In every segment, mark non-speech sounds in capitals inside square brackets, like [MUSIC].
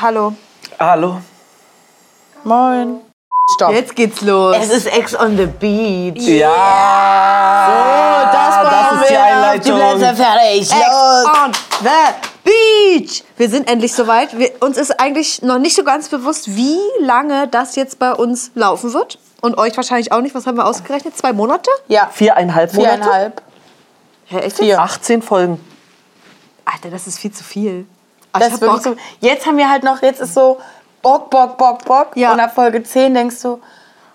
Hallo. Hallo. Moin. Stopp. Jetzt geht's los. Es ist Ex on the Beach. Ja. So, das brauchen ist die wir. Die Blätter Einleitung. fertig. Los. on the beach. Wir sind endlich soweit. Wir, uns ist eigentlich noch nicht so ganz bewusst, wie lange das jetzt bei uns laufen wird. Und euch wahrscheinlich auch nicht. Was haben wir ausgerechnet? Zwei Monate? Ja, Viereinhalb Monate. viereinhalb. Hä, echt? jetzt? Vier. 18 Folgen. Alter, das ist viel zu viel. Ach, Das ich hab ist Bock. wirklich so. Jetzt haben wir halt noch, jetzt ist so Bock, Bock, Bock, Bock. Ja. Und ab Folge 10 denkst du,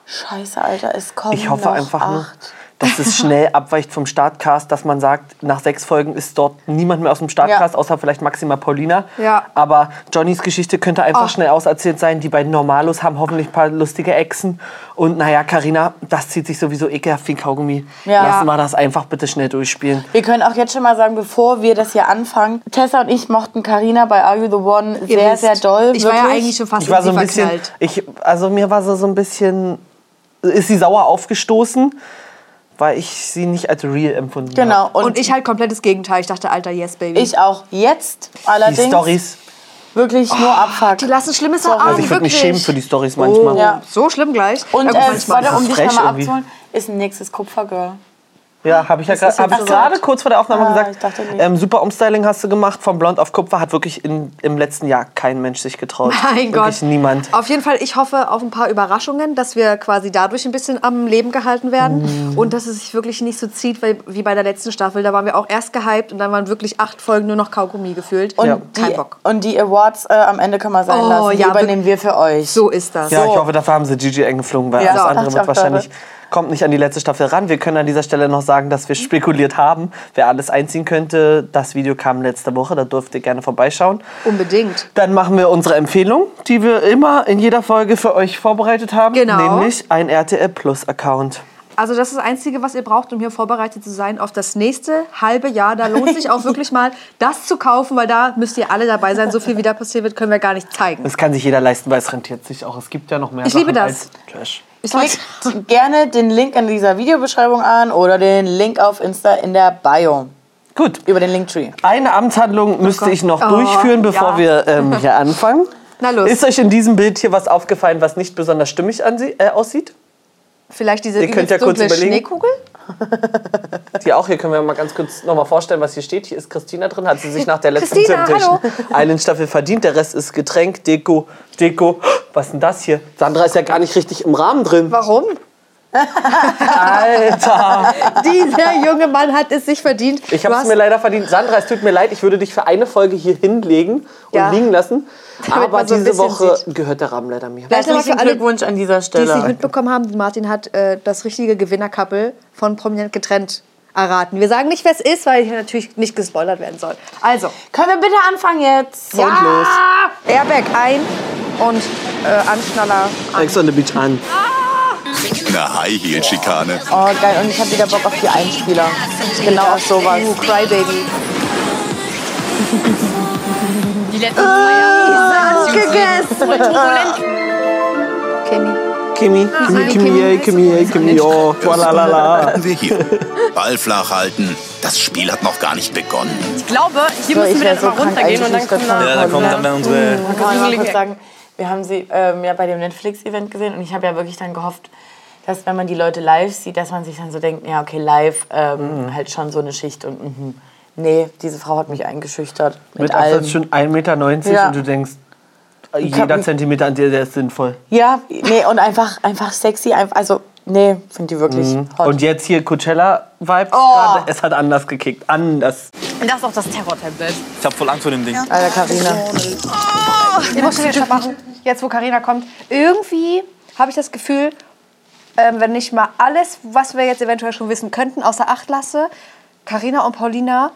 Scheiße, Alter, es kommt. Ich hoffe noch einfach nur, acht. dass es [LAUGHS] schnell abweicht vom Startcast, dass man sagt, nach sechs Folgen ist dort niemand mehr aus dem Startcast, Ja. außer vielleicht Maxima Paulina. Ja. Aber Johnnys Geschichte könnte einfach Ach. schnell auserzählt sein. Die beiden Normalos haben hoffentlich ein paar lustige Echsen. Und naja, Carina, das zieht sich sowieso ekelhaft wie ein Kaugummi. Ja. Lassen wir das einfach bitte schnell durchspielen. Wir können auch jetzt schon mal sagen, bevor wir das hier anfangen, Tessa und ich mochten Carina bei Are You the One Ihr sehr, wisst, sehr doll. Ich war ja wirklich. eigentlich schon fast Ich war so in ein sie bisschen, verknallt. ich, also mir war so, so ein bisschen, ist sie sauer aufgestoßen, weil ich sie nicht als real empfunden Genau. habe. Und, Und ich, ich halt komplettes Gegenteil. Ich dachte, Alter, yes, Baby. auch jetzt Die allerdings Stories, wirklich nur abfuck. Oh, die lassen Schlimmes erahnen, also ich würde mich wirklich. schämen für die Stories manchmal. Oh, Ja. So schlimm gleich. Und Ja, gut, äh, manchmal. warte, Das um ist dich frech nochmal irgendwie. abzuholen, ist ein nächstes Kupfergirl. Ja, habe ich ja gerade ist jetzt hab ich so gerade weit. kurz vor der Aufnahme Ah, gesagt. ich dachte nicht. ähm, super Umstyling hast du gemacht, von blond auf Kupfer hat wirklich in, im letzten Jahr kein Mensch sich getraut. [LAUGHS] Mein wirklich Gott. niemand. Auf jeden Fall, ich hoffe auf ein paar Überraschungen, dass wir quasi dadurch ein bisschen am Leben gehalten werden Mm. und dass es sich wirklich nicht so zieht weil, wie bei der letzten Staffel. Da waren wir auch erst gehypt und dann waren wirklich acht Folgen nur noch Kaugummi gefühlt. Und, Ja. die, Ähm, Kein Bock. und die Awards äh, am Ende können wir sein Oh, lassen. Die ja, wir- übernehmen wir für euch. So ist das. Ja, So. ich hoffe, dafür haben sie Gigi eingeflogen, weil Ja, alles dachte andere ich auch wird wahrscheinlich gerade. kommt nicht an die letzte Staffel ran. Wir können an dieser Stelle noch sagen, dass wir spekuliert haben, wer alles einziehen könnte. Das Video kam letzte Woche, da dürft ihr gerne vorbeischauen. Unbedingt. Dann machen wir unsere Empfehlung, die wir immer in jeder Folge für euch vorbereitet haben, Genau. nämlich ein RTL Plus Account. Also das ist das Einzige, was ihr braucht, um hier vorbereitet zu sein auf das nächste halbe Jahr. Da lohnt sich auch [LAUGHS] wirklich mal, das zu kaufen, weil da müsst ihr alle dabei sein. So viel, wie da passiert wird, können wir gar nicht zeigen. Das kann sich jeder leisten, weil es rentiert sich auch. Es gibt ja noch mehr Ich Sachen liebe das. als Trash. Klickt gerne den Link in dieser Videobeschreibung an oder den Link auf Insta in der Bio. Gut. Über den Linktree. Eine Amtshandlung müsste ich noch Oh, durchführen, bevor ja. [LAUGHS] wir ähm, hier anfangen. Na los. Ist euch in diesem Bild hier was aufgefallen, was nicht besonders stimmig ansie- äh, aussieht? Vielleicht diese Ihr könnt ja übelst dunkle kurz überlegen. Schneekugel? Die auch hier können wir mal ganz kurz noch mal vorstellen, was hier steht. Hier ist Christina drin, hat sie sich nach der letzten Christina, Temptation hallo. Island Staffel verdient. Der Rest ist Getränk, Deko, Deko. Was ist denn das hier? Sandra ist ja gar nicht richtig im Rahmen drin. Warum? [LAUGHS] Alter, Dieser junge Mann hat es sich verdient. ich Du habe es hast- mir leider verdient. Sandra, es tut mir leid, ich würde dich für eine Folge hier hinlegen und Ja. liegen lassen. Damit Aber man so ein diese bisschen Woche gehört der Rahmen leider mir. Vielleicht aber für Herzlichen alle, Glückwunsch an die dieser es nicht Stelle. mitbekommen haben, Martin hat äh, das richtige Gewinnerkappel von Prominent getrennt erraten. Wir sagen nicht, wer es ist, weil hier natürlich nicht gespoilert werden soll. Also, Können wir bitte anfangen jetzt? ja! Airbag ein und äh, Anschnaller an. Ex on the Beach an. Ah, Eine High-Heel-Schikane. Oh, geil. Und ich habe wieder Bock auf die Einspieler. Genau auf sowas. Uh, Crybaby. Die letzten zwei Jahre Alles Ah, gegessen! voll turbulent Kimi. Kimi, Kimi, Kimi, yay, Kimi, yay, Kimi, oh, walalala. Hatten wir hier. Ball flach halten. Das Spiel hat noch gar nicht begonnen. Ich glaube, hier So, ich müssen wir wär jetzt so mal krank, runtergehen eigentlich und dann nicht kommen davon. wir. Ja, da kommt dann bei äh, unsere. Kann man mal kurz Eck. sagen, wir haben sie ähm, ja bei dem Netflix-Event gesehen und ich habe ja wirklich dann gehofft, dass wenn man die Leute live sieht, dass man sich dann so denkt, ja okay, live ähm, halt schon so eine Schicht und mhm. nee, diese Frau hat mich eingeschüchtert mit, Mit allem. Absatz schon 1,90 Meter Ja. und du denkst, hab jeder mich- Zentimeter an dir, der ist sinnvoll. Ja, nee und einfach einfach sexy, einfach, also nee, finde die wirklich hot. Mhm. Und jetzt hier Coachella-Vibes Oh. gerade. Es hat anders gekickt. Anders. Und das ist auch das Terror-Tablet. Ich hab voll Angst vor dem Ding. Alter Karina, Ich muss das jetzt schon machen, jetzt wo Karina kommt. Irgendwie habe ich das Gefühl, ähm, wenn ich mal alles, was wir jetzt eventuell schon wissen könnten, außer Acht lasse, Karina und Paulina,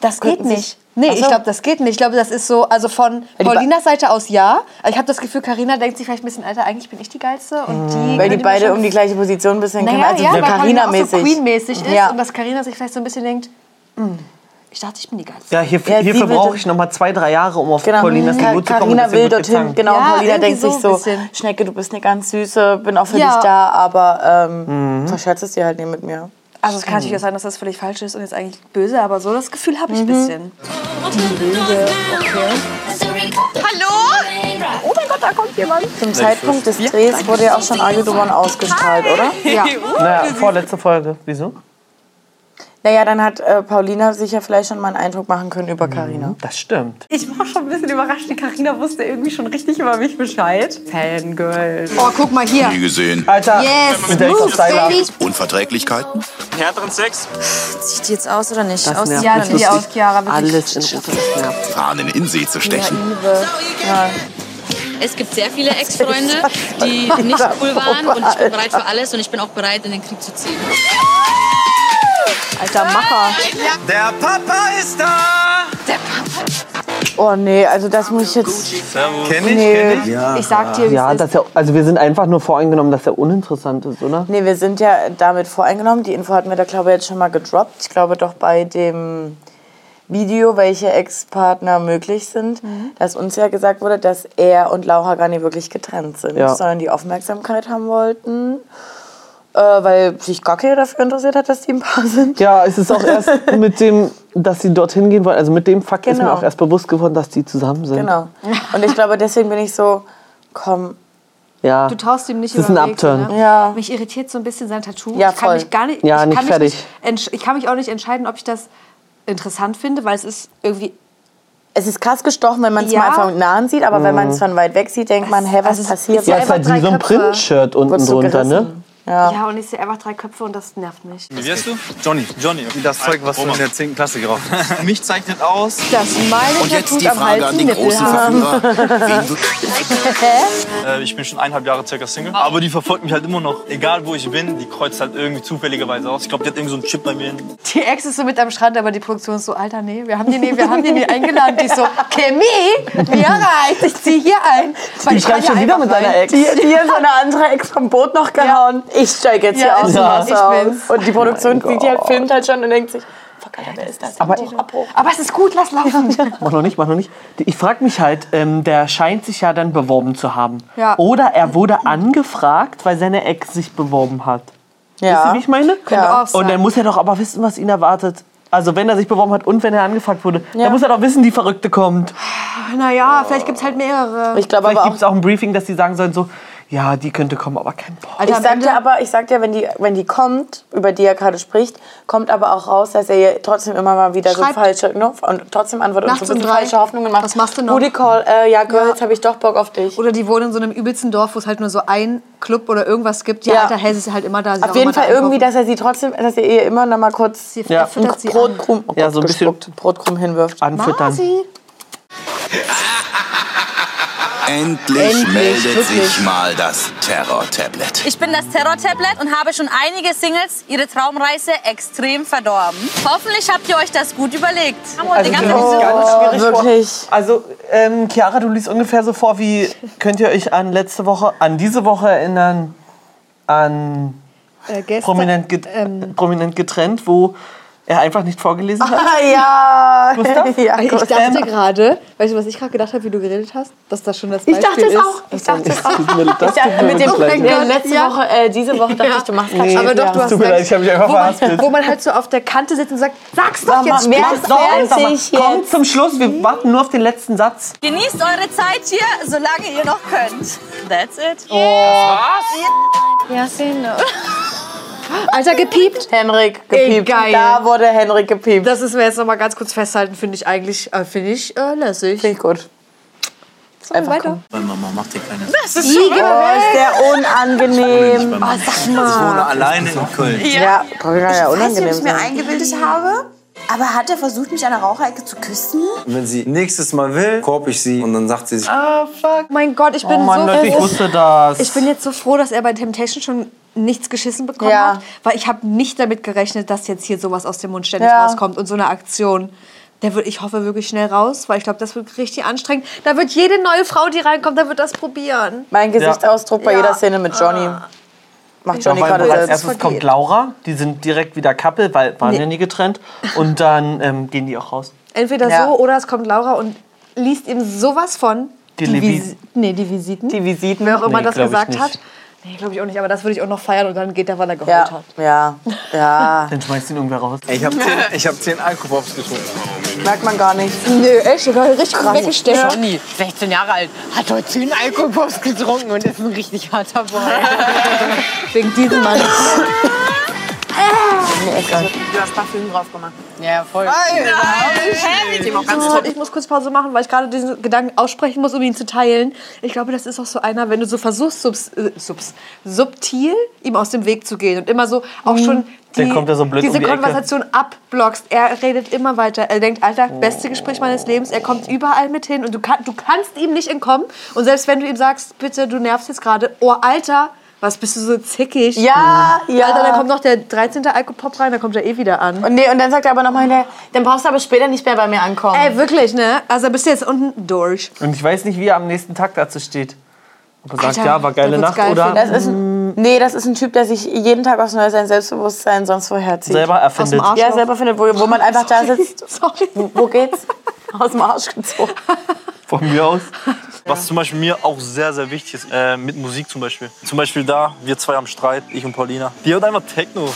das geht Könnten sich- nicht. Nee, Ach so. ich glaube, das geht nicht. Ich glaube, das ist so, also von die Ba- Paulinas Seite aus ja. Ich habe das Gefühl, Karina denkt sich vielleicht ein bisschen, Alter, eigentlich bin ich die Geilste. Und Mhm. die weil die könnte mir beide schon- um die gleiche Position ein bisschen naja, kämpfen, ja, also weil so Paulina auch so Karina-mäßig. Queen-mäßig ist Ja. und dass Karina sich vielleicht so ein bisschen denkt, "Hm, ich dachte, ich bin die Geilste. Ja, hier, Ja, sie hierfür will brauche das- ich noch mal zwei, drei Jahre, um auf Genau. Paulinas Ka- Niveau zu kommen. Carina Das will wird dorthin, gefangen. genau. Ja, und Paulina irgendwie denkt so sich ein so, bisschen. Schnecke, du bist eine ganz süße, bin auch für Ja. dich da, aber ähm, verscherzt es dir halt nicht mit mir. Also es kann natürlich auch sein, dass das völlig falsch ist und jetzt eigentlich böse, aber Mhm. so das Gefühl habe ich ein bisschen. Hallo? da kommt jemand. Zum Zeitpunkt des Drehs wurde ja auch schon Argedomon ausgestrahlt, oder? Ja. Naja, vorletzte Folge. Wieso? Naja, dann hat äh, Paulina sich ja vielleicht schon mal einen Eindruck machen können über Karina. Das stimmt. Ich war schon ein bisschen überrascht, denn Carina wusste irgendwie schon richtig über mich Bescheid. Fangirl. Oh, guck mal hier. Nie gesehen. Alter, Yes, mit der ich auf move, Styler. baby. Unverträglichkeiten? Härteren Sex? Sieht die jetzt aus oder nicht? Aus nervt ja, Ja, mich zieh die lustig. aus, Chiara. Wirklich. Alles in Rute. Ja. Fahnen in See zu stechen. Es gibt sehr viele Ex-Freunde, die nicht cool waren und ich bin bereit für alles und ich bin auch bereit, in den Krieg zu ziehen. Alter Macher. Der Papa ist da! Oh nee, also das muss ich jetzt. Kenn ich, kenn ich. Ich sag dir, wie Ah, Ja, es ist. dass er, also wir sind einfach nur voreingenommen, dass er uninteressant ist, oder? Nee, wir sind ja damit voreingenommen. Die Info hatten wir da, glaube ich, jetzt schon mal gedroppt. Ich glaube doch bei dem Video, welche Ex-Partner möglich sind, Mhm. dass uns ja gesagt wurde, dass er und Laura gar nicht wirklich getrennt sind, Ja. sondern die Aufmerksamkeit haben wollten, äh, weil sich gar keiner dafür interessiert hat, dass die ein Paar [LAUGHS] sind. Ja, es ist auch [LAUGHS] erst mit dem, dass sie dorthin gehen wollen, also mit dem Fakt ist mir Genau. auch erst bewusst geworden, dass die zusammen sind. Genau. Und ich glaube, deswegen bin ich so, komm, Ja. Du traust ihm nicht Das ist über ein den Weg, Upturn. ne? Ja. Mich irritiert so ein bisschen sein Tattoo. Ja, ich kann voll. mich gar nicht, Ja, ich nicht kann fertig. Mich nicht, entsch- ich kann mich auch nicht entscheiden, ob ich das interessant finde, weil es ist irgendwie es ist krass gestochen, wenn man es Ja. mal einfach nahen sieht, aber wenn man es von weit weg sieht, denkt man, hä, was also es passiert? ist Ja, Ja, ist halt einfach wie so ein drei Köpfe. Print-Shirt unten Wurdest du drunter, ne? gerissen? Ja. ja und ich sehe einfach drei Köpfe und das nervt mich. Wie wirst du? Johnny. Johnny. Wie das Zeug, was du in der 10. Klasse geraucht [LAUGHS] hast. Mich zeichnet aus. Das meine Und jetzt die Frage an den großen Verführer. Wen wird [LAUGHS] Äh, ich bin schon eineinhalb Jahre circa Single. Aber die verfolgt mich halt immer noch. Egal wo ich bin, die kreuzt halt irgendwie zufälligerweise aus. Ich glaube, die hat irgendwie so einen Chip bei mir. Die Ex ist so mit am Strand, aber die Produktion ist so, Alter, nee, wir haben die nie, wir haben die nie eingeladen. Die ist so, Chemie, mir reicht, ich zieh hier ein. Weil Die schreibt kann schon ja wieder einfach mit seiner rein. Ex. Die, die ist eine andere Ex vom Boot noch gehauen. Ich steige jetzt Ja, hier aus dem ja. Ich Wasser aus. bin's. Oh Und die Produktion sieht die halt, filmt halt schon und denkt sich, fuck, Alter, wer ist das? Aber- Abbruch, Abbruch. Aber es ist gut, lass [LAUGHS] laufen. Mach noch nicht, mach noch nicht. Ich frage mich halt, ähm, der scheint sich ja dann beworben zu haben. Ja. Oder er wurde angefragt, weil seine Ex sich beworben hat. Wisst ihr, wie ich meine? Ja. auch sein. Und dann muss er doch aber wissen, was ihn erwartet. Also wenn er sich beworben hat und wenn er angefragt wurde, dann muss er doch wissen, die Verrückte kommt. Naja, vielleicht gibt es halt mehrere. Ich glaube Vielleicht gibt aber auch, es auch ein Briefing, dass die sagen sollen so, ja, die könnte kommen, aber kein Bock. ich sag dir aber, ich sag dir, wenn die, wenn die kommt, über die er gerade spricht, kommt aber auch raus, dass er ihr trotzdem immer mal wieder Schreibt. so falsche, ne, und trotzdem antwortet Nachts und so ein um bisschen drei. falsche Hoffnungen macht. Was machst du noch? Booty Call, äh, ja, Girl, jetzt habe ich doch Bock auf dich. Oder die wohnen in so einem übelsten Dorf, wo es halt nur so ein Club oder irgendwas gibt. Ja, Ja. alter Hess ist halt immer da. sie Auf auch jeden immer da Fall irgendwie, einkaufen. dass er sie trotzdem, dass er ihr immer noch mal kurz Sie Ja. ja. einen füttert sie an. Brotkrumm, oh Ja, Gott, so ein bisschen- gespuckt, Brotkrumm hinwirft. Anfüttern. Masi. Endlich, Endlich, meldet wirklich. sich mal das Terror-Tablet. Ich bin das Terror-Tablet und habe schon einige Singles ihre Traumreise extrem verdorben. Hoffentlich habt ihr euch das gut überlegt. Also, die ganze- oh. ganz schwierig vor. wirklich. Also, ähm, Chiara, du liest ungefähr so vor, wie könnt ihr euch an letzte Woche, an diese Woche erinnern, an Äh, gestern, prominent, get prominent getrennt, wo er einfach nicht vorgelesen hat. Ah, [LAUGHS] ja. Gustav? [LAUGHS] [LAUGHS] ja Ich Gustav. dachte gerade, weißt du, was ich gerade gedacht habe, wie du geredet hast? Dass das schon das Beispiel dachte es ist. auch. Ich dachte es auch. Tut mir- das tut mir Äh, mit dem wirklich leid. Umdenken. Oh ja, letzte Ja. Woche, äh, diese Woche dachte ich, du machst keinen Aber doch, du hast Tut mir recht. leid, ich habe mich einfach wo, man, verhaspelt. wo man halt so auf der Kante sitzt und sagt, sag's doch jetzt. wer Spaß. ist So, jetzt aber, 40 komm jetzt? zum Schluss, wir warten nur auf den letzten Satz. Genießt eure Zeit hier, solange ihr noch könnt. That's it. Alter, gepiept. Henrik gepiept. Ey, geil. Da wurde Henrik gepiept. Das müssen wir jetzt noch mal ganz kurz festhalten, finde ich eigentlich, äh, finde ich äh, lässig. Finde ich gut. Sollen wir weiter? Bei Mama, mach dir keine Liege Oh, weg. ist der unangenehm. Ohne alleine in Köln. Ja, Paulina, ja unangenehm ich mir sein. eingebildet habe. Aber hat er versucht, mich an der Raucherecke zu küssen? Wenn sie nächstes Mal will, korb ich sie und dann sagt sie sich, Mein Gott, ich bin Oh Mann, so Leute, ich froh. wusste das. Ich bin jetzt so froh, dass er bei Temptation schon nichts geschissen bekommen Ja. hat, weil ich habe nicht damit gerechnet, dass jetzt hier sowas aus dem Mund ständig Ja. rauskommt und so eine Aktion. Der wird, ich hoffe wirklich schnell raus, weil ich glaube, das wird richtig anstrengend. Da wird jede neue Frau, die reinkommt, da wird das probieren. Mein Gesichtsausdruck bei Ja. jeder Szene mit Johnny. Macht Johnny Weil gerade als selbst. erstes kommt Laura, die sind direkt wieder Kappel, weil waren ja nie getrennt. Und dann ähm, gehen die auch raus. Entweder Ja. so oder es kommt Laura und liest ihm sowas von. Die Levi- Visi- nee, die Visiten. Die Visiten. Wer auch immer Nee, das glaub ich gesagt nicht. hat. Nee, glaube ich auch nicht, aber das würde ich auch noch feiern und dann geht er, weil er geheult Ja. hat. Ja, ja. [LAUGHS] Dann schmeißt ihn irgendwer raus. Ich habe zehn, ich hab zehn Alkopops getrunken. Merkt man gar nicht. Nö, echt, ich war richtig krass. Der Johnny, 16 Jahre alt, hat heute 10 Alkoholpops getrunken und ist ein richtig harter Boy. Wegen diesem Mann. Ah. Du hast Parfüm drauf gemacht. Ja, voll. Oh, ich muss kurz Pause machen, weil ich gerade diesen Gedanken aussprechen muss, um ihn zu teilen. Ich glaube, das ist auch so einer, wenn du so versuchst, subs, äh, subs, subtil ihm aus dem Weg zu gehen und immer so auch schon die, Dann kommt er so blöd diese um die Ecke. Konversation abblockst. Er redet immer weiter. Er denkt, Alter, beste Gespräch meines Lebens. Er kommt überall mit hin und du, kann, du kannst ihm nicht entkommen. Und selbst wenn du ihm sagst, bitte, du nervst jetzt gerade. Oh, Alter, was bist du so zickig? Ja, ja. Alter, dann kommt noch der 13. Alkopop rein, dann kommt er eh wieder an. Und, nee, und dann sagt er aber nochmal hinterher, dann brauchst du aber später nicht mehr bei mir ankommen. Ey, wirklich, ne? Also bist du jetzt unten durch. Und ich weiß nicht, wie er am nächsten Tag dazu steht. Ob er sagt, Alter, ja, war geile der wird's Nacht geil oder das ist ein, Mm. nee, das ist ein Typ, der sich jeden Tag aufs Neue sein Selbstbewusstsein sonst woher zieht. selber erfindet. Arsch. Ja, selber findet, wo, wo man einfach [LAUGHS] da sitzt. [LAUGHS] Sorry. Wo [LAUGHS] geht's? Aus dem Arsch gezogen. Von mir aus. Was zum Beispiel mir auch sehr, sehr wichtig ist, äh, mit Musik zum Beispiel. Zum Beispiel da, wir zwei am Streit, ich und Paulina. Die hört einfach Techno.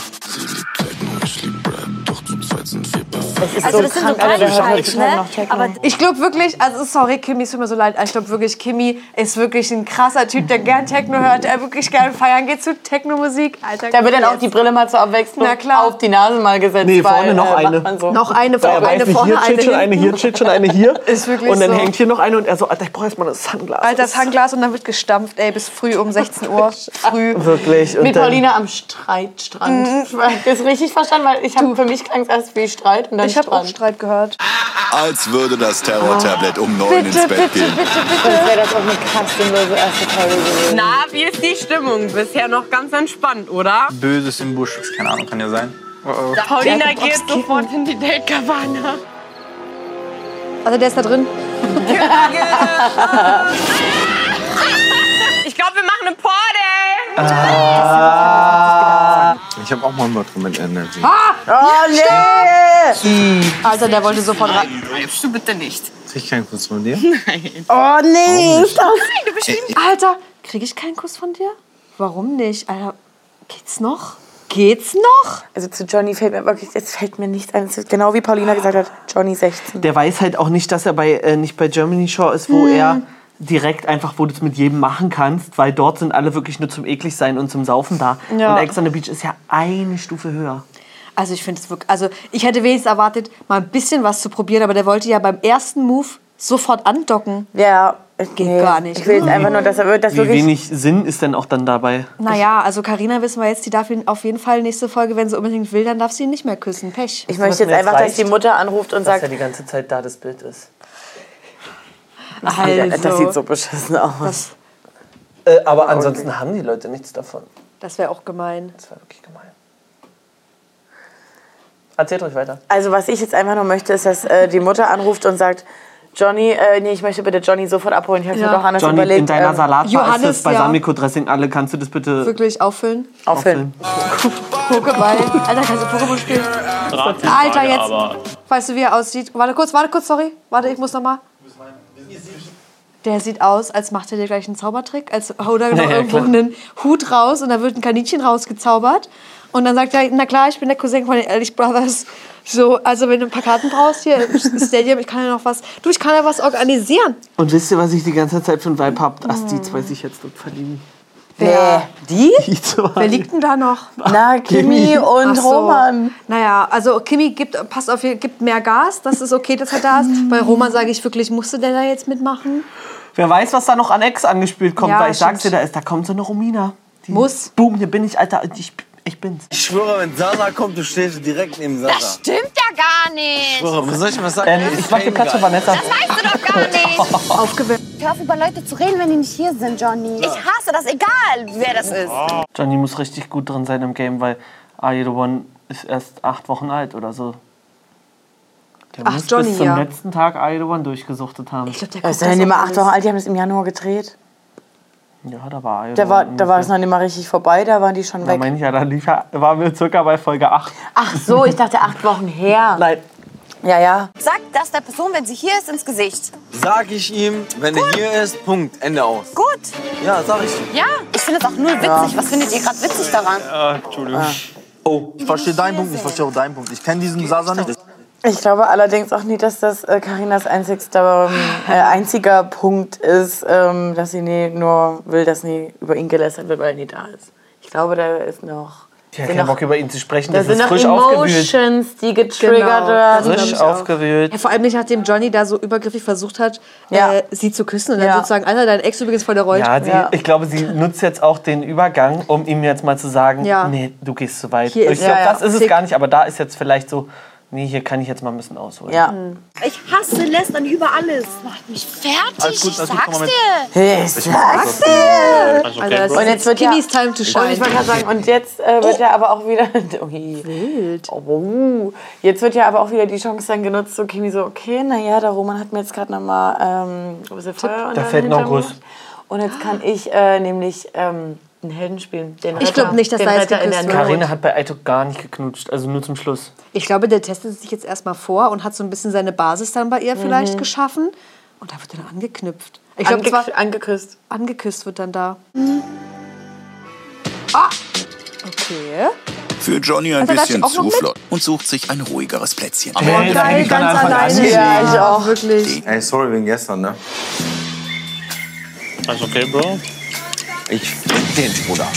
Also das sind so Kleinigkeiten, ne? Aber Ich glaube wirklich, also sorry, Kimi ist immer so leid. Ich glaube wirklich, Kimi ist wirklich ein krasser Typ, der gern Techno hört, der wirklich gern feiern geht zu Techno-Musik. Alter, Da wird dann auch jetzt. die Brille mal zur Abwechslung Na klar. auf die Nase mal gesetzt. Nee, vorne weil, äh, noch macht eine. man So. noch eine Da vorne, eine weiß nicht, vorne, hier eine chillt schon hinten. eine, hier chillt schon eine, [LAUGHS] hier. Ist wirklich und dann so. hängt hier noch eine und er so, Alter, ich brauche erstmal das Sunglas. Alter, das Handglas und dann wird gestampft, ey, bis früh um 16 [LAUGHS] Uhr. Früh. [LAUGHS] Wirklich. Und Mit dann- Paulina am Streitstrand. Weil Mhm, Ich das richtig verstanden, weil ich habe für mich klang es erst wie Streit und dann Mm, Ich habe auch Strand. Streit gehört. Als würde das Terror-Tablet um neun ins Bitte, Bett bitte, gehen. bitte, Das bitte. wäre das auch eine kostenlose erste Folge gewesen. Na, wie ist die Stimmung? Bisher noch ganz entspannt, oder? Böses im Busch. Keine Ahnung, kann ja sein. Paulina geht sofort in die Date-Cabana. Also der ist da drin. Ich glaube, wir machen eine Party. Ich habe auch mal ein Wort drin mit Energy. Oh, Alter, der wollte sofort rein. Bleibst du bitte nicht. Krieg ich keinen Kuss von dir? Alter, kriege ich keinen Kuss von dir? Warum nicht? Alter, geht's noch? Geht's noch? Also zu Johnny fällt mir wirklich, jetzt fällt mir nichts ein. Es ist Genau wie Paulina gesagt hat, Johnny 16. der weiß halt auch nicht, dass er bei, äh, nicht bei Germany Shore ist, wo er direkt einfach, wo du es mit jedem machen kannst, weil dort sind alle wirklich nur zum eklig sein und zum Saufen da. Ja. Und Ex on the Beach ist ja eine Stufe höher. Also ich finde es wirklich, also ich hätte wenigstens erwartet, mal ein bisschen was zu probieren, aber der wollte ja beim ersten Move sofort andocken. Ja, geht gar nicht. Ich will jetzt einfach nur, dass er das Wie wirklich. wenig Sinn ist denn auch dann dabei? Naja, also Karina wissen wir jetzt, die darf ihn auf jeden Fall nächste Folge, wenn sie unbedingt will, dann darf sie ihn nicht mehr küssen. Pech. Ich möchte was jetzt mir jetzt einfach, dass die reicht, Mutter anruft und sagt, die ganze Zeit da das Bild ist. Also, das sieht so beschissen aus. das, Äh, aber ansonsten haben die Leute nichts davon. das wäre auch gemein. Das war wirklich gemein. Erzählt euch weiter. Also was ich jetzt einfach nur möchte, ist, dass äh, die Mutter anruft und sagt, Johnny, äh, nee, ich möchte bitte Johnny sofort abholen. Ich habe mir Ja. doch anders Johnny, überlegt. in deiner ähm, Salatbar Johannes, ist das ja. Balsamico-Dressing alle. Kannst du das bitte Wirklich auffüllen. auffüllen. Pokéball. Alter, kannst du Pokémon spielen? Alter, jetzt. Weißt du, wie er aussieht? Warte kurz, warte kurz, sorry. Warte, ich muss noch mal. Der sieht aus, als macht er dir gleich einen Zaubertrick, als haut [LAUGHS] er noch ja, irgendwo klar. einen Hut raus und da wird ein Kaninchen rausgezaubert. Und dann sagt er, na klar, ich bin der Cousin von den Ehrlich Brothers. So, also wenn du ein paar Karten brauchst hier [LAUGHS] im Stadium, ich kann ja noch was, du, ich kann ja was organisieren. Und wisst ihr, was ich die ganze Zeit für ein Vibe hab? Ach, die zwei sich jetzt dort verlieben. Wer, Die? [LAUGHS] Die zwei. wer liegt denn da noch? Na, Kimi und Ach so. Roman. Naja, also Kimi gibt, passt auf, ihr gibt mehr Gas. Das ist okay, dass er da [LAUGHS] ist. Bei Roman sage ich wirklich, musste der da jetzt mitmachen? Wer weiß, was da noch an Ex angespielt kommt, Ja, weil ich sag's dir, stimmt. da ist, da kommt so eine Romina. Die Muss. Boom, hier bin ich, Alter, ich, ich bin's. Ich schwöre, wenn Sasa kommt, du stehst direkt neben Sasa. stimmt ja gar nicht. Schwöre, was soll ich mal sagen? Ähm, ich mach die Platz für Vanessa. Das weißt du doch [LAUGHS] gar nicht. Aufgewärmt. Hör auf, über Leute zu reden, wenn die nicht hier sind, Johnny. Ich hasse das, egal wer das ist. Johnny muss richtig gut drin sein im Game, weil Are You The One ist erst acht Wochen alt oder so. Der Ach, muss Johnny, bis zum ja. letzten Tag Are You The One durchgesuchtet haben. Ich glaube, der Das guckt ist ja das nicht mal auch acht Wochen alt, die haben das im Januar gedreht. ja, da war Are You The Da war, One da war es ungefähr. noch nicht mal richtig vorbei, da waren die schon Da weg. meine ich ja, da lief, ja- waren wir circa bei Folge 8. Ach so, ich dachte acht Wochen her. [LAUGHS] Nein. Ja, ja. Sag das der Person, wenn sie hier ist, ins Gesicht. Sag ich ihm, wenn er hier ist, Punkt, Ende aus. Gut. Ja, sag ich. Ja, ich finde das auch null witzig. Ja. Was findet ihr gerade witzig daran? Ah, Entschuldigung. Oh, ich verstehe deinen Punkt nicht, ich verstehe auch deinen Punkt. Ich kenne diesen Sasa nicht. Ich glaube allerdings auch nicht, dass das äh, Karinas einzigster, ähm, äh, einziger Punkt ist, ähm, dass sie nie nur will, dass nie über ihn gelästert wird, weil er nie da ist. Ich glaube, da ist noch. Ich habe sind keinen noch- Bock, über ihn zu sprechen. Da Das sind ist noch frisch aufgewühlt. Emotions, die getriggert Genau. werden. Frisch aufgewühlt. Ja, vor allem nicht, nachdem Johnny da so übergriffig versucht hat, äh, sie zu küssen. Und dann sozusagen, Alter, dein Ex übrigens voll der Rollt. Ja, die, ich glaube, sie nutzt jetzt auch den Übergang, um ihm jetzt mal zu sagen, Ja. nee, du gehst zu weit. Hier ich ist- glaube, Ja, ja. das ist es Sick. gar nicht, aber da ist jetzt vielleicht so, nee, hier kann ich jetzt mal ein bisschen ausholen. Ja. Ich hasse Lästern über alles. Macht mich fertig. Alles gut, alles gut, komm mal mit. Hey, Ich sag's dir! Also, okay, Bro. und jetzt wird ja, Kimmy's time to shine. Und ich wollte gerade sagen, und jetzt äh, wird ja aber auch wieder. [LAUGHS] Ui. Oh, wow. Jetzt wird ja aber auch wieder die Chance dann genutzt, so Kimi so, okay, naja, der Roman hat mir jetzt gerade nochmal ähm, was ist Feuer unter Da den fällt noch ein Hintern Guss. gemacht. Und jetzt kann ich äh, nämlich ähm, einen Helden spielen. Den Ich glaub Retter. nicht, dass den da jetzt Retter in der geküsst Not. wird. Karina hat bei Aito gar nicht geknutscht, also nur zum Schluss. Ich glaube, der testet sich jetzt erstmal vor und hat so ein bisschen seine Basis dann bei ihr vielleicht Mhm. geschaffen. Und da wird er dann angeknüpft. Ich glaube, Ange- es war- angeküsst. Angeküsst wird dann da. Ah! Okay. Für Johnny ein Also, darf ich bisschen auch noch zu mit? flott und sucht sich ein ruhigeres Plätzchen. Nee, da Geil, hätte ich von ganz Anfang an alleine. gelesen. Ja, ich auch. Wirklich. Ey, sorry wegen gestern, ne? Alles okay, Bro? Ich fick den, Bruder.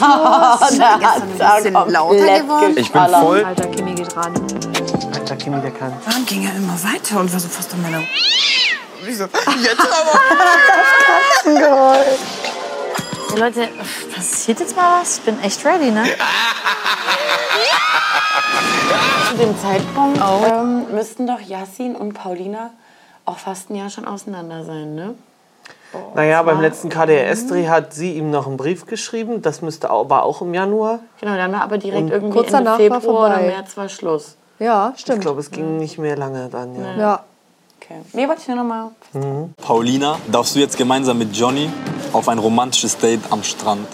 da ist hat's ein bisschen auch lauter Leck geworden. Ich bin Alarm. voll- Alter, Kimi geht ran. Alter, Kimi, der kann. Dann ging er immer weiter und war so fast an meiner. Wieso? Jetzt aber. Ja, Leute, pff, passiert jetzt mal was? Ich bin echt ready, ne? Zu dem Zeitpunkt ähm, müssten doch Yassin und Paulina auch fast ein Jahr schon auseinander sein, ne? Naja, beim letzten KDRS-Dreh hat sie ihm noch einen Brief geschrieben, das müsste au- war auch im Januar. Genau, dann war aber direkt Und irgendwie kurz Ende danach war Februar oder vorbei. März war Schluss. Ja, stimmt. Ich glaube, es ging nicht mehr lange dann, ja. Ja. Okay. Nee, wollte ich nur nochmal. Paulina, darfst du jetzt gemeinsam mit Johnny auf ein romantisches Date am Strand?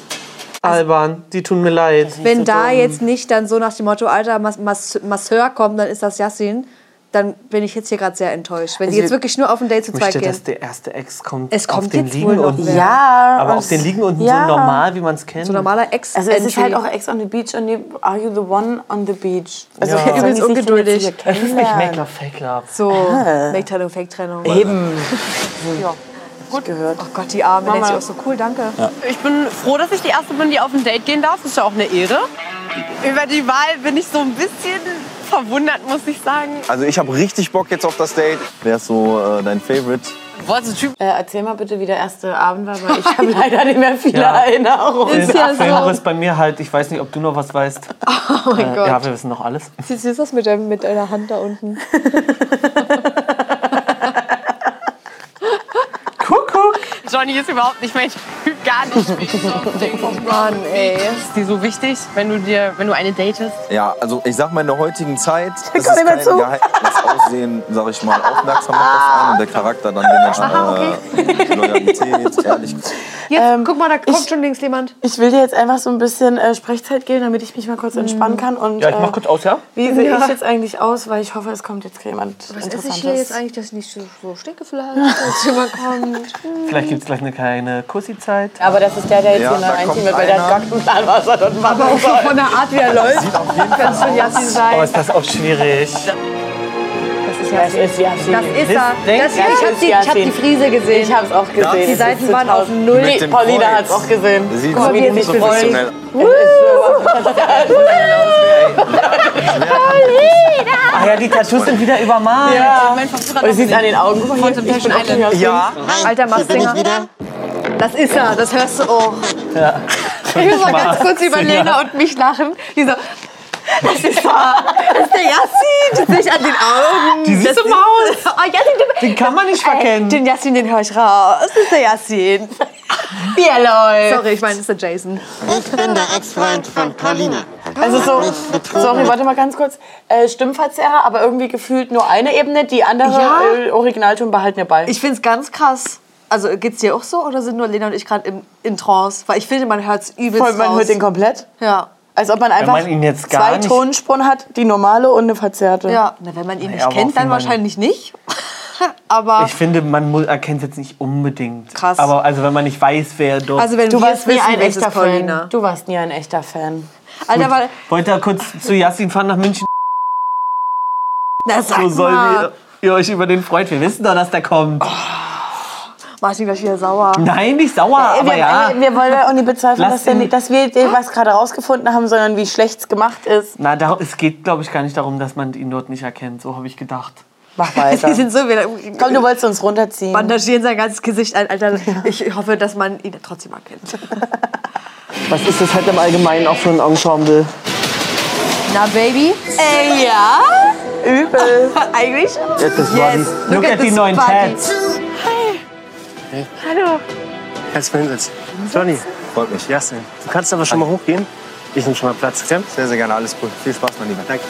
Alban, die tun mir leid. Wenn da jetzt nicht dann so nach dem Motto, Alter, Mas Mas Masseur kommt, dann ist das Yassin, dann bin ich jetzt hier gerade sehr enttäuscht. Wenn die Also, jetzt wirklich nur auf ein Date zu Ich zweit möchte, gehen. dass der erste Ex kommt. Es auf kommt den jetzt Liegen wohl noch unten. mehr. Ja, Aber und- auf den Liegen unten ja. so normal, wie man es kennt. So normaler Ex. Also es ist Entry. halt auch Ex on the Beach und die Are You the One on the Beach. Also Ja. ja. Übelst ungeduldig. Es ist nicht Make Love, Fake Love. So, Ah. Make Teilung, Fake Trennung. Eben. [LAUGHS] ja. Gut gehört. Oh Gott, die Arme. Mama. Nennt sich auch so cool, danke. [LAUGHS] Ich bin froh, dass ich die erste bin, die auf ein Date gehen darf. Ist ja auch eine Ehre. Über die Wahl bin ich so ein bisschen verwundert, muss ich sagen. Also ich habe richtig Bock jetzt auf das Date. Wer ist so äh, dein Favorite? Was ein Typ. Äh, erzähl mal bitte, wie der erste Abend war, [LAUGHS] weil ich habe leider nicht mehr viele Ja. Erinnerungen. Ist ja so. bei mir halt, ich weiß nicht, ob du noch was weißt. Oh mein Gott. Ja, wir wissen noch alles. Siehst du das mit, deinem, mit deiner Hand da unten? Kuckuck. Johnny ist überhaupt nicht mein Typ, [LAUGHS] gar nicht. oh Mann, ey. Ist die so wichtig, wenn du, dir, wenn du eine datest? Ja, also ich sag mal, in der heutigen Zeit Ich ist komm es immer kein zu. Geheimnis. Das Aussehen, sag ich mal, aufmerksam macht das an und der Charakter dann dementsprechend äh, Loyalität, Ehrlichkeit. Jetzt, guck mal, da kommt schon links jemand. Ich will dir jetzt einfach so ein bisschen äh, Sprechzeit geben, damit ich mich mal kurz entspannen kann. Und, Mhm. Ja, ich mach äh, kurz aus, ja? Wie sehe Ja. ich jetzt eigentlich aus? Weil ich hoffe, es kommt jetzt jemand Was esse Interessantes. ich hier jetzt eigentlich, dass ich nicht so, so stecke vielleicht, [LAUGHS] dass jemand kommt? Vielleicht gibt es gleich eine kleine Kussi-Zeit. Aber das ist der, der jetzt Ja, hier neu da einziehen kommt wird, weil der hat einer. gar keinen Plan, was er dort machen Aber auch so soll. von der Art, wie [LAUGHS] er läuft, Sieht auf jeden kann's Fall schon Yassin aus. sein. Oh, ist das auch schwierig. Das ist Yassin. Das ist Yassin. Das ist er. Das, ich habe die, ich hab die Frise gesehen. Ich hab's auch Die gesehen. Seiten waren auf null. Nee, Paulina hat's auch gesehen. Sieht Guck mal, wie die sich unprofessionell. Ah ja, die Tattoos sind wieder übermalt. Ja. [LAUGHS] Und es sieht an den Augen. Guck mal, hier, ich bin auch nicht aus dem- Ja. Alter, machst bin ich wieder. Das ist er, das hörst du auch. Ja. Ich muss mal ganz kurz über Lena und mich lachen. Die so, das ist er. Das ist der Yassin. Das sehe ich an den Augen. Die siehst Das du im ist- Oh, Yassin, du, Den kann man nicht verkennen. Ey, den Yassin, den höre ich raus. Das ist der Yassin. Wie er läuft. Sorry, ich meine, das ist der Jason. Ich bin der Ex-Freund von Paulina. Also so, sorry, warte mal ganz kurz. Äh, Stimmverzerrer, aber irgendwie gefühlt nur eine Ebene, die andere Ja. äh, Originalton behalten wir bei. Ich finde es ganz krass. Also geht's dir auch so oder sind nur Lena und ich gerade im in Trance? Weil ich finde, man hört es übelst Voll, man raus. hört den komplett. Ja. Als ob man Wenn einfach man ihn jetzt gar zwei nicht- Tonspuren hat, die normale und eine verzerrte. Ja, na, wenn man ihn Naja, nicht aber kennt, auch wie dann man- wahrscheinlich nicht. [LAUGHS] aber Ich finde, man mu- erkennt es jetzt nicht unbedingt. Krass. Aber also, wenn man nicht weiß, wer dort. Also, wenn Du wir warst es nie wissen, ein welches echter Paulina. Fan. Du warst nie ein echter Fan. Alter, weil Wollte er kurz zu Yassin fahren nach München. Na, sag so sollen mal. Oh. wir, ihr euch über den freut. Wir wissen doch, dass der kommt. Martin gleich wieder sauer. Nein, nicht sauer, Äh, aber wir, ja. äh, wir wollen ja auch nicht bezweifeln, Lass dass, der, ihn- nicht- dass wir den was gerade rausgefunden haben, sondern wie schlecht es gemacht ist. Na, da, es geht, glaube ich, gar nicht darum, dass man ihn dort nicht erkennt. So habe ich gedacht. Mach [LAUGHS] weiter. Die sind so wieder. Komm, du wolltest uns runterziehen. Bandagieren sein ganzes Gesicht ein, Alter. Ich hoffe, dass man ihn trotzdem erkennt. [LAUGHS] Was ist das halt im Allgemeinen auch für ein Ensemble? Na, Baby? Ey, ja? Übel. Eigentlich? Jetzt ist Roddy. Look at die this neuen body. Tats. Hi. Hey. Hallo. Herzlich willkommen. Johnny. Freut mich. Jasmin. Du kannst aber schon mal hochgehen. Ich nehme schon mal Platz. Okay? Sehr, sehr gerne. Alles gut. Viel Spaß, mein Lieber. Danke.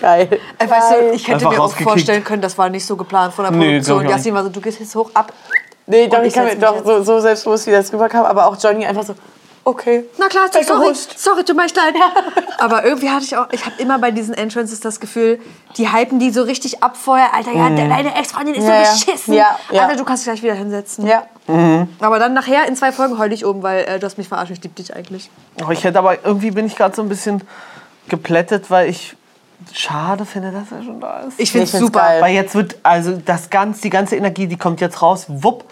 Geil. Ey, Äh, weißt du, ich hätte Einfach mir auch rausgekickt. vorstellen können, das war nicht so geplant von der Nee, Produktion. glaub ich auch Jasmin war so, du gehst jetzt hoch, ab. Nee, doch, Und ich kann mir setz mich doch jetzt. so, so selbstbewusst, wie das rüberkam, aber auch Johnny einfach so, okay. Na klar, Sei sorry, gerutscht. sorry, tut mir echt leid. Aber irgendwie hatte ich auch, ich habe immer bei diesen Entrances das Gefühl, die hypen die so richtig ab vorher. Alter, ja, Mhm. de- deine Ex-Freundin ist Ja, ja. so beschissen. Ja, ja. Alter, du kannst dich gleich wieder hinsetzen. Ja. Aber dann nachher in zwei Folgen heul ich oben, weil äh, du hast mich verarscht, ich lieb dich eigentlich. Oh, ich hätte aber irgendwie bin ich gerade so ein bisschen geplättet, weil ich schade finde, dass er schon da ist. Ich find's super. geil. Weil jetzt wird also das ganz, die ganze Energie, die kommt jetzt raus, wupp.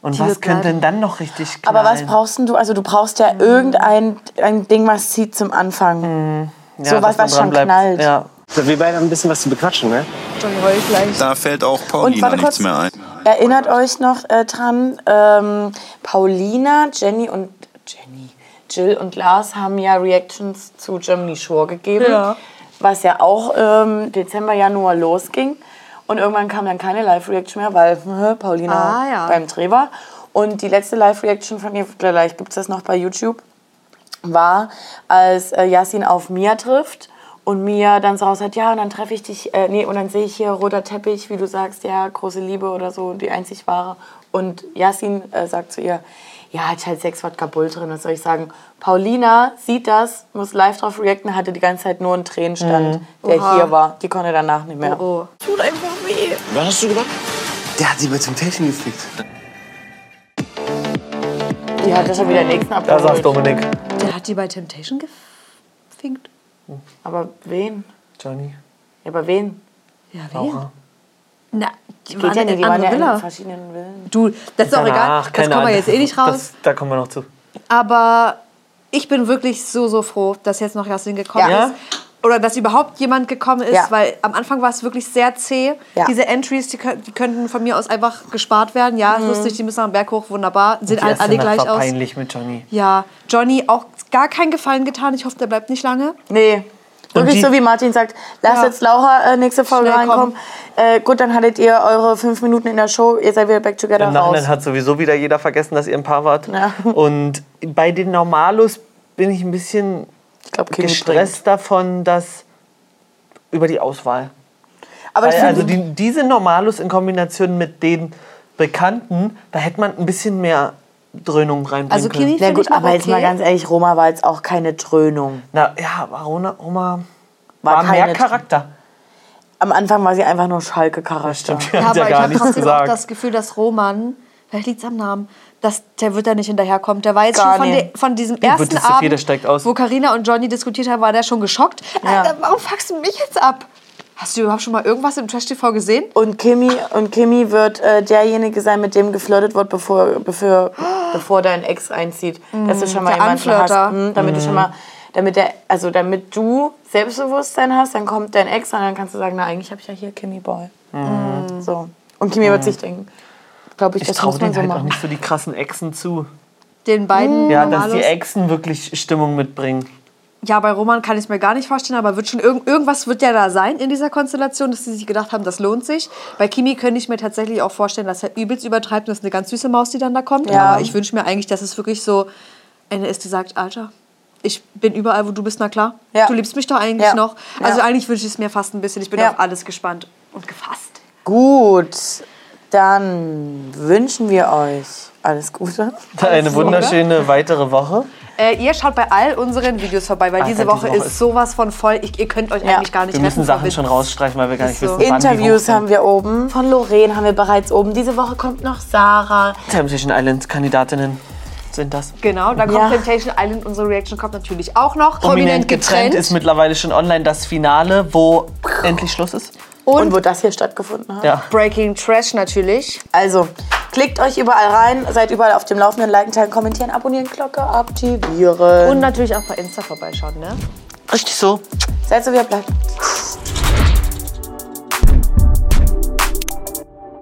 Und Die was wird könnte denn bleiben. dann noch richtig knallen? Aber was brauchst denn du? Also du brauchst ja irgendein ein Ding, was zieht zum Anfang. Ja, so was, dass man was schon dranbleibt. knallt. Ja. So, wir beide haben ein bisschen was zu bequatschen, ne? Johnny heul gleich. Da fällt auch Und Paulina warte kurz. nichts mehr ein. Erinnert euch noch äh, dran, ähm, Paulina, Jenny und Jenny, Jill und Lars haben ja Reactions zu Germany Shore gegeben, Ja. was ja auch ähm, Dezember, Januar losging. Und irgendwann kam dann keine Live-Reaction mehr, weil [LAUGHS] äh, Paulina Ah, ja. beim Dreh war. Und die letzte Live-Reaction von ihr, vielleicht gibt es das noch bei YouTube, war, als äh, Yasin auf Mia trifft und Mia dann so raus hat, ja, und dann treffe ich dich, äh, nee, und dann sehe ich hier roter Teppich, wie du sagst, ja, große Liebe oder so, die einzig wahre. Und Yasin äh, sagt zu ihr, ja, hat halt sechs Wodka Bull drin, was soll ich sagen? Paulina sieht das, muss live drauf reacten, hatte die ganze Zeit nur einen Tränenstand, Mhm. der Oha. hier war. Die konnte danach nicht mehr. Tut einfach weh. Was hast du gemacht? Der hat sie mit zum Pärchen gefickt. Die hat oh. das schon wieder den nächsten Da saß abgeholt. Dominik. Der hat die bei Temptation gefinkt. Aber wen? Johnny. Ja, aber wen? Ja, Laura. Na, Die Geht ja nicht, die waren ja in verschiedenen Villen. Du, das ist auch egal. Danach, Das keine kommen wir Ahnung. jetzt eh nicht raus. Das, da kommen wir noch zu. Aber ich bin wirklich so, so froh, dass jetzt noch Jasmin gekommen Ja. ist. Oder dass überhaupt jemand gekommen ist, Ja. weil am Anfang war es wirklich sehr zäh. Ja. Diese Entries, die, kö- die könnten von mir aus einfach gespart werden. Ja, Mhm. lustig, die müssen am Berg hoch, wunderbar. Sehen Die alle, erste alle Nacht gleich war aus. peinlich mit Johnny. Ja, Johnny auch gar keinen Gefallen getan. Ich hoffe, der bleibt nicht lange. Nee. Wirklich die- so wie Martin sagt, lass Ja. jetzt Laura äh, nächste Folge Schnell reinkommen. Äh, gut, dann hattet ihr eure fünf Minuten in der Show, ihr seid wieder back together Im Nachhinein raus. hat sowieso wieder jeder vergessen, dass ihr ein Paar wart. Ja. Und bei den Normalos bin ich ein bisschen Kimi gestresst davon, dass über die Auswahl. Aber ich Weil, also finde- die, diese Normalos in Kombination mit den Bekannten, da hätte man ein bisschen mehr Dröhnung reinbringen können. Na gut, aber jetzt mal ganz ehrlich, Roma war jetzt auch keine Dröhnung. Na ja, aber Roma, Roma War war, mehr keine- Charakter. Am Anfang war sie einfach nur Schalke-Charakter. Ja, Ja, aber ich habe trotzdem auch das Gefühl, dass Roman, vielleicht liegt es am Namen, dass der wird da nicht hinterherkommt. Der war jetzt Gar schon von, nicht. de, von diesem Die ersten witteste Feder Abend, steigt aus. wo Karina und Johnny diskutiert haben, war der schon geschockt. Alter, warum fuckst du mich jetzt ab? Hast du überhaupt schon mal irgendwas im Trash-TV gesehen? Und Kimi, und Kimi wird äh, derjenige sein, mit dem geflirtet wird, bevor, bevor, bevor dein Ex einzieht. Dass du Mm, schon mal der jemanden Anflirter. hast. Mm, damit du Mm. schon mal, damit der, also damit du Selbstbewusstsein hast, dann kommt dein Ex und dann kannst du sagen, na eigentlich habe ich ja hier Kimi Boy. Mhm. So. Und Kimi wird Mhm. sich denken, glaube ich, Ich das traue muss man denen so halt auch machen. nicht so die krassen Echsen zu. Den beiden Ja, dass die Normalos? Echsen wirklich Stimmung mitbringen. Ja, bei Roman kann ich es mir gar nicht vorstellen, aber wird schon irgend, irgendwas wird ja da sein in dieser Konstellation, dass sie sich gedacht haben, das lohnt sich. Bei Kimi könnte ich mir tatsächlich auch vorstellen, dass er übelst übertreibt und das ist eine ganz süße Maus, die dann da kommt. Ja. Aber ich wünsche mir eigentlich, dass es wirklich so, Ende ist gesagt, Alter, ich bin überall, wo du bist, na klar. Ja. Du liebst mich doch eigentlich Ja. noch. Also Ja. eigentlich wünsche ich es mir fast ein bisschen. Ich bin Ja. auf alles gespannt und gefasst. Gut. Dann wünschen wir euch alles Gute. Eine wunderschöne weitere Woche. Äh, ihr schaut bei all unseren Videos vorbei, weil Ach, diese ja, diese Woche Woche ist sowas von voll. Ich, ihr könnt euch eigentlich gar nicht Wir müssen retten. Sachen schon rausstreichen, weil wir gar nicht wissen, wann die Interviews hochkommen. haben wir oben. Von Lorraine haben wir bereits oben. Diese Woche kommt noch Sarah. Temptation Island Kandidatinnen sind das. Genau, dann kommt Ja. Temptation Island, unsere Reaction kommt natürlich auch noch. Prominent getrennt ist mittlerweile schon online das Finale, wo endlich Schluss ist. Und, wo das hier stattgefunden hat. Ja. Breaking Trash natürlich. Also, klickt euch überall rein, seid überall auf dem Laufenden, liken, teilen, kommentieren, abonnieren, Glocke aktivieren. Und natürlich auch bei Insta vorbeischauen, ne? Richtig so. Seid so, wie ihr bleibt.